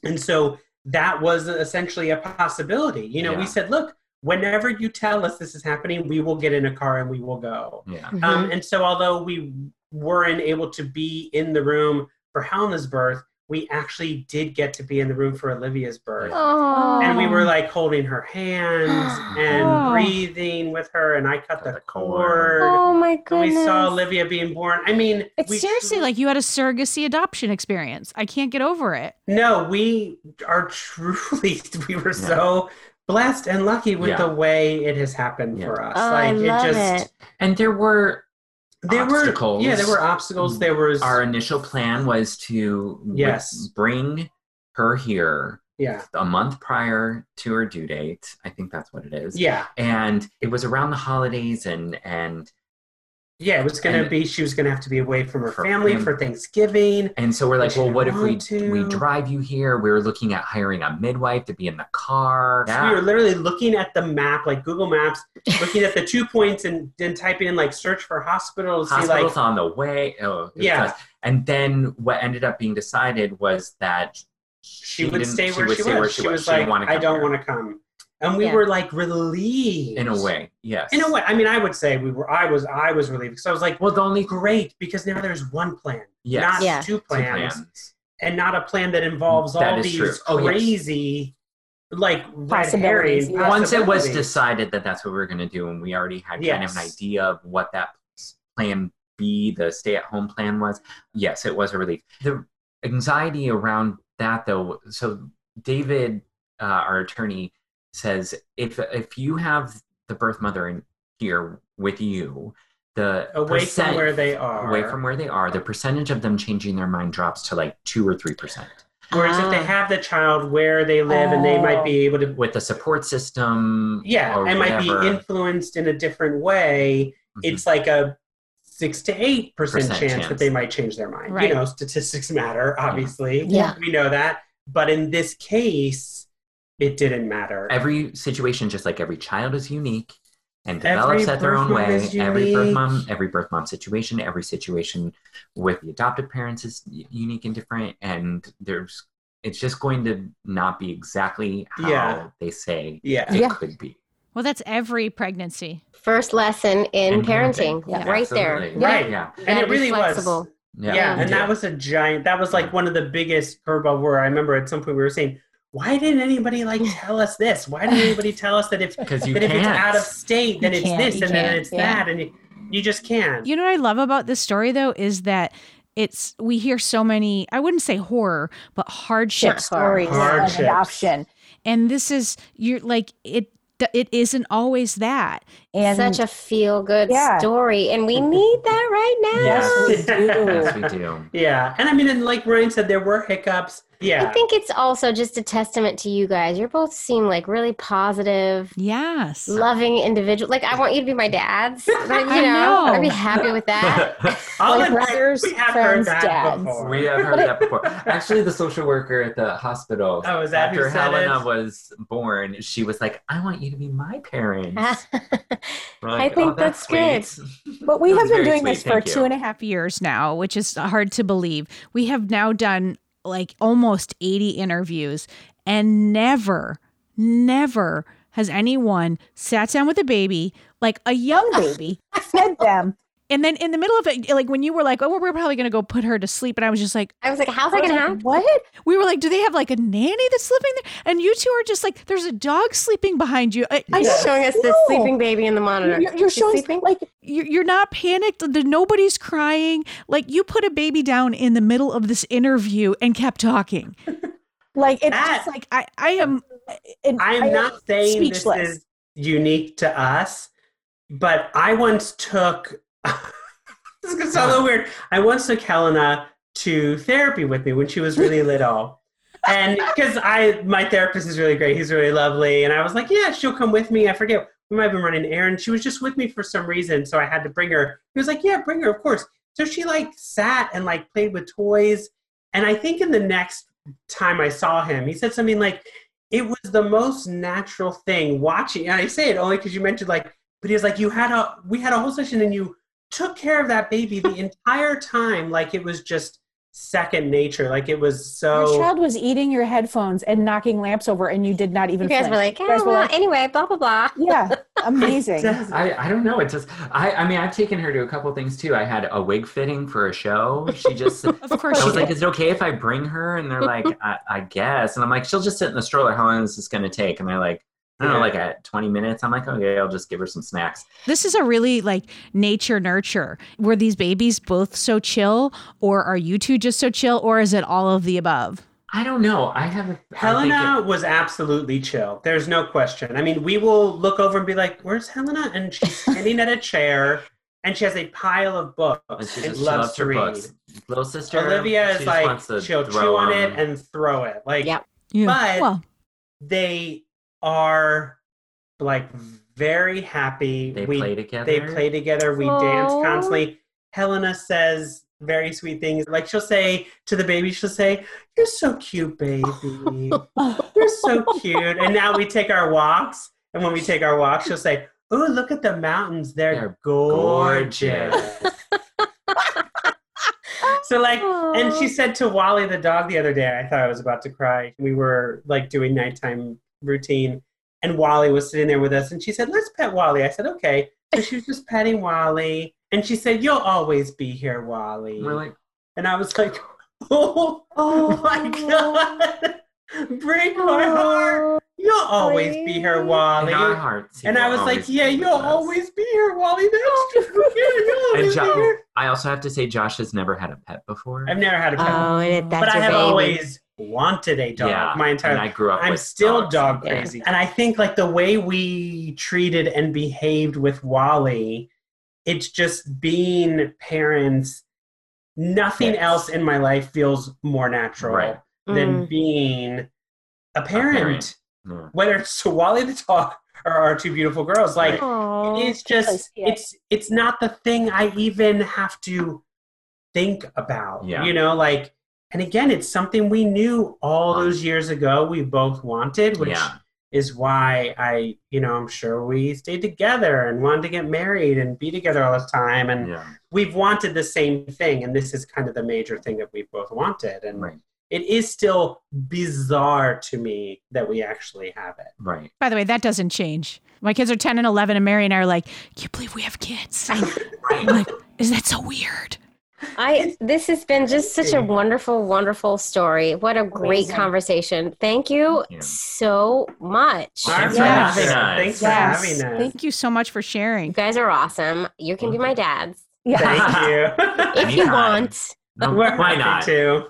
and so that was essentially a possibility. You know, Yeah. we said, look, whenever you tell us this is happening, we will get in a car and we will go. Yeah. Um, Mm-hmm. and so, although we weren't able to be in the room for Helena's birth, we actually did get to be in the room for Olivia's birth. Oh. And we were like holding her hands and Oh. breathing with her, and I cut the, Cut the cord. cord. Oh my And we goodness. saw Olivia being born. I mean, It's we- seriously like you had a surrogacy adoption experience. I can't get over it. No, we are truly, we were Yeah. so blessed and lucky with Yeah. the way it has happened Yeah. for us. Oh, I like, love it just, it. And there were there Obstacles. were, yeah, there were obstacles. There was, our initial plan was to w- Yes. bring her here yeah, a month prior to her due date. I think that's what it is. yeah. And it was around the holidays and and Yeah, it was going And- to be she was going to have to be away from her For family fam- for Thanksgiving. And so we're like, Wish well, you what if we wanted to. we drive you here? We were looking at hiring a midwife to be in the car. So we were literally looking at the map, like Google Maps, looking at the two points and then typing in like search for hospitals. See, Hospitals like, on the way. Oh, it was Yeah. us. And then what ended up being decided was that she, would didn't- stay where she, was. She was She like, didn't wanna I come don't here. want to come. And we Yeah. were like relieved In a way, yes. In a way, I mean, I would say we were. I was. I was relieved because I was like, Well, the only great, because now there's one plan, yes, not Yeah. two two plans, and not a plan that involves That all is these true. Oh, yes. crazy, like red Possibilities, herring yeah. Once it was possibilities. decided that that's what we were going to do, and we already had kind of an Yes. idea of what that plan B, the stay-at-home plan was, yes, it was a relief. The anxiety around that, though, so David, uh, our attorney, says if if you have the birth mother in here with you, the away percent- from where they are. away from where they are, the percentage of them changing their mind drops to like two or three percent. Whereas if they have the child where they live and they might be able to, With the support system, yeah, or and might be whatever, influenced in a different way, mhm. it's like a six to eight percent Percent chance, that chance. they might change their mind. Right. You know, statistics matter, obviously. Yeah. We know that. But in this case, it didn't matter. every situation, just like every child is unique and develops Every at their own birth mom way. is Every birth unique. mom, every birth mom situation, every situation with the adopted parents is u- unique and different. And there's, it's just going to not be exactly how Yeah. they say yeah. it Yeah. could be. Well, that's every pregnancy. First lesson in And parenting, Yeah. right there. Absolutely. Yeah. Right. Yeah. And Gotta it be really flexible. was. Yeah, and that was a giant. That was like one of the biggest curveball. Where I remember at some point we were saying, "Why didn't anybody like tell us this? Why didn't anybody tell us that if because you that if it's out of can't. state, then You it's can't, this, you and then can't, it's yeah. that, and you, you just can't. You know what I love about this story though is that it's we hear so many I wouldn't say horror, but hardship Ship stories Hardships. of adoption. and this is you're like it it isn't always that. And Such a feel good Yeah. story. And we need that right now. Yes. we do. Yes, we do. Yeah, and I mean, and like Ryan said, there were hiccups. I Yeah, think it's also just a testament to you guys. You both seem like really positive, Yes. loving individual. Like I want you to be my dads. Like, you I know, know. I'd be happy with that. I'll Like admit, brothers, we have friends, heard that dads. before. We have heard that before. Actually, the social worker at the hospital, Oh, is that who after said Helena it? was born, she was like, "I want you to be my parents." Ah, We're I like, "Oh, think that's sweet." but we That have was been very doing sweet, this for thank two you. and a half. half years now, which is hard to believe. We have now done like almost 80 interviews and never, never has anyone sat down with a baby, like a young baby. Fed them. And then in the middle of it, like when you were like, oh, we're probably going to go put her to sleep. And I was just like, I was like, how's that gonna happen? What? we were like, do they have like a nanny that's living there? And you two are just like, there's a dog sleeping behind you. I, I'm I, showing us this No. sleeping baby in the monitor. You're, you're She's showing sleeping. like you- you're not panicked. The- Nobody's crying. Like you put a baby down in the middle of this interview and kept talking. like it's That- just like Like I, I am it, I'm not saying speechless. this is unique to us, but I once took This is gonna sound a little weird. I once took Helena to therapy with me when she was really little. And because I my therapist is really great, he's really lovely. And I was like, Yeah, she'll come with me. I forget. We might have been running errands. She was just with me for some reason, so I had to bring her. He was like, Yeah, bring her, of course. So she like sat and like played with toys. And I think in the next time I saw him, he said something like, It was the most natural thing watching. And I say it only because you mentioned like, but he was like, You had a we had a whole session and you took care of that baby the entire time like it was just second nature like it was Your so child was eating your headphones and knocking lamps over, and you did not even. You guys were flinch. like, You yeah, guys were well, like, anyway, blah, blah, blah. yeah, amazing. I, I don't know. It just I I mean I've taken her to a couple things too. I had a wig fitting for a show. She just Of course I she was like, did. is it okay if I bring her? And they're like, I, I guess. And I'm like, she'll just sit in the stroller. How long is this going to take? And they're like, I don't know, Yeah. like at 20 minutes. I'm like, okay, I'll just give her some snacks. This is a really like nature nurture. Were these babies both so chill, or are you two just so chill, or is it all of the above? I don't know. I have a I helena think was absolutely chill there's no question i mean we will look over and be like where's helena and she's standing at a chair and she has a pile of books it- and, she just loves loves to her read books. Little sister olivia she is just like wants to she'll throw chew on it them. and throw it like Yeah. Yeah. But- well, they are like very happy they we play together. They play together. We dance Aw. constantly. Helena says very sweet things. Like she'll say to the baby, she'll say, "You're so cute, baby. You're so cute." And now we take our walks, and when we take our walks, she'll say, "Oh, look at the mountains. They're, They're gorgeous." so like and she said to Wally the dog the other day, I thought I was about to cry. We were like doing nighttime routine, and Wally was sitting there with us, and she said, Let's pet Wally. I said, Okay. So she was just petting Wally, and she said, You'll always be here, Wally. We're like, and I was like, Oh, my God. Break my Oh, heart. You'll always be here, Wally. in our hearts. And I you'll was like, always Yeah, be with you'll us." always be here, Wally. Oh. That's true. Yeah, you'll And always be jo- here. I also have to say, Josh has never had a pet before. I've never had a pet before. Oh, and it- that's but I your have baby. always wanted a dog Yeah, my entire and I grew up. I'm with still dogs. dog Yeah. crazy. And I think like the way we treated and behaved with Wally, it's just being parents. Nothing Yes. else in my life feels more natural Right. Mm. than being a parent, parent. Yeah. whether it's to Wally the dog or our two beautiful girls. Like Right. it's just Yeah. it's it's not the thing I even have to think about. Yeah. You know, like and again, it's something we knew all Right. those years ago we both wanted, which Yeah. is why I, you know, I'm sure we stayed together and wanted to get married and be together all the time. And Yeah. we've wanted the same thing. And this is kind of the major thing that we both wanted. And Right. it is still bizarre to me that we actually have it. Right. by the way, that doesn't change. My kids are 10 and 11, and Mary and I are like, can you believe we have kids? I'm like, is that so weird? I this has been just such a Amazing. wonderful, wonderful story. What a great Amazing. conversation. Thank you Thank you. so much. Our Our Thanks for pleasure. having us. Thanks Yes. for having us. Thank you so much for You sharing. guys are awesome. You can be my dads yeah. Thank you. if you Anytime. want. No, We're why happy not? to.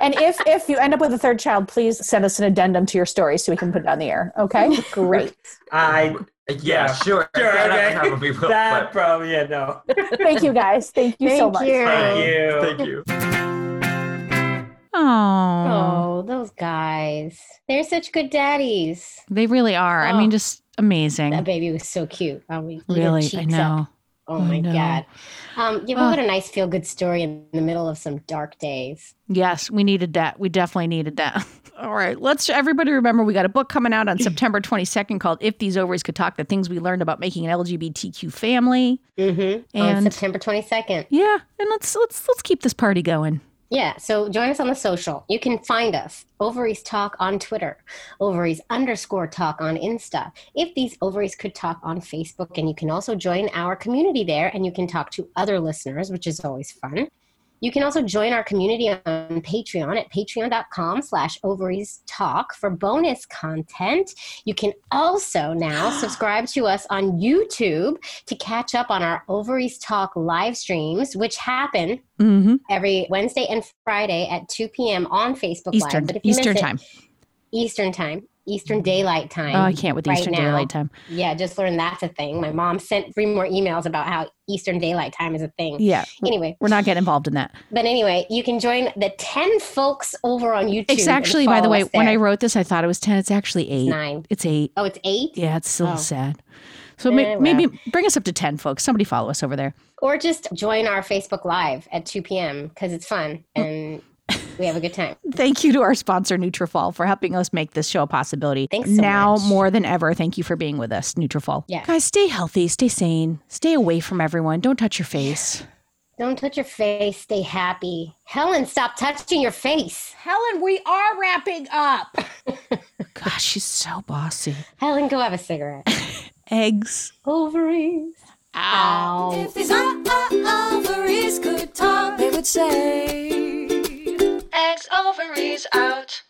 And if if you end up with a third child, please send us an addendum to your story so we can put it on the air. Okay, great. I Yeah, Yeah. sure. Sure, That I okay. probably will, that but- probably yeah no. Thank you guys. Thank you so Thank much. you. Thank you. Thank you. Oh, Oh, those guys. They're such good daddies. they really are. I Oh. mean, just That Mm. amazing. baby was so cute. Oh, we- we got Really, I cheeks up. know. Oh, I my know. God. Um, you know, Oh. what a nice feel good story in the middle of some dark days. Yes, we needed that. We definitely needed that. All right, let's everybody remember we got a book coming out on September 22nd called If These Ovaries Could Talk The Things We Learned About Making an LGBTQ Family. Mm-hmm. On And- September 22nd. Yeah, and let's let's let's keep this party going. Yeah, so join us on the social. You can find us, Ovaries Talk on Twitter, Ovaries underscore talk on Insta. If these ovaries could talk on Facebook, and you can also join our community there and you can talk to other listeners, which is always fun. You can also join our community on Patreon at patreon.com slash ovaries talk for bonus content. You can also now subscribe to us on YouTube to catch up on our ovaries talk live streams, which happen Mhm. every Wednesday and Friday at 2 p.m. on Facebook Eastern Live. But if you miss Eastern it- time. Eastern time. Eastern Daylight Time. Oh, I can't with right Eastern now. Daylight Time. Yeah, just learned that's a thing. My mom sent three more emails about how Eastern Daylight Time is a thing. Yeah. Anyway, We're not getting involved in that. but anyway, you can join the 10 folks over on YouTube. It's and actually, by the follow way, us when I there. wrote this, I thought it was 10. It's actually eight. nine. It's eight. Oh, it's eight? Yeah, it's still Oh. sad. So may- Eh, well. maybe bring us up to 10, folks. Somebody follow us over there. Or just join our Facebook Live at 2 p.m. because it's fun Oh. and we have a good time. Thank you to our sponsor, Nutrafol, for helping us make this show a possibility. Thanks so now much. more than ever, thank you for being with us, Nutrafol. Yeah. Guys, stay healthy, stay sane, stay away from everyone. Don't touch your face. Don't touch your face. Stay happy. Helen, stop touching your face. Helen, we are wrapping up. Gosh, she's so bossy. Helen, go have a cigarette. Eggs. Ovaries. Ow. If these o- o- ovaries could talk, they would say, Eggs, ovaries out.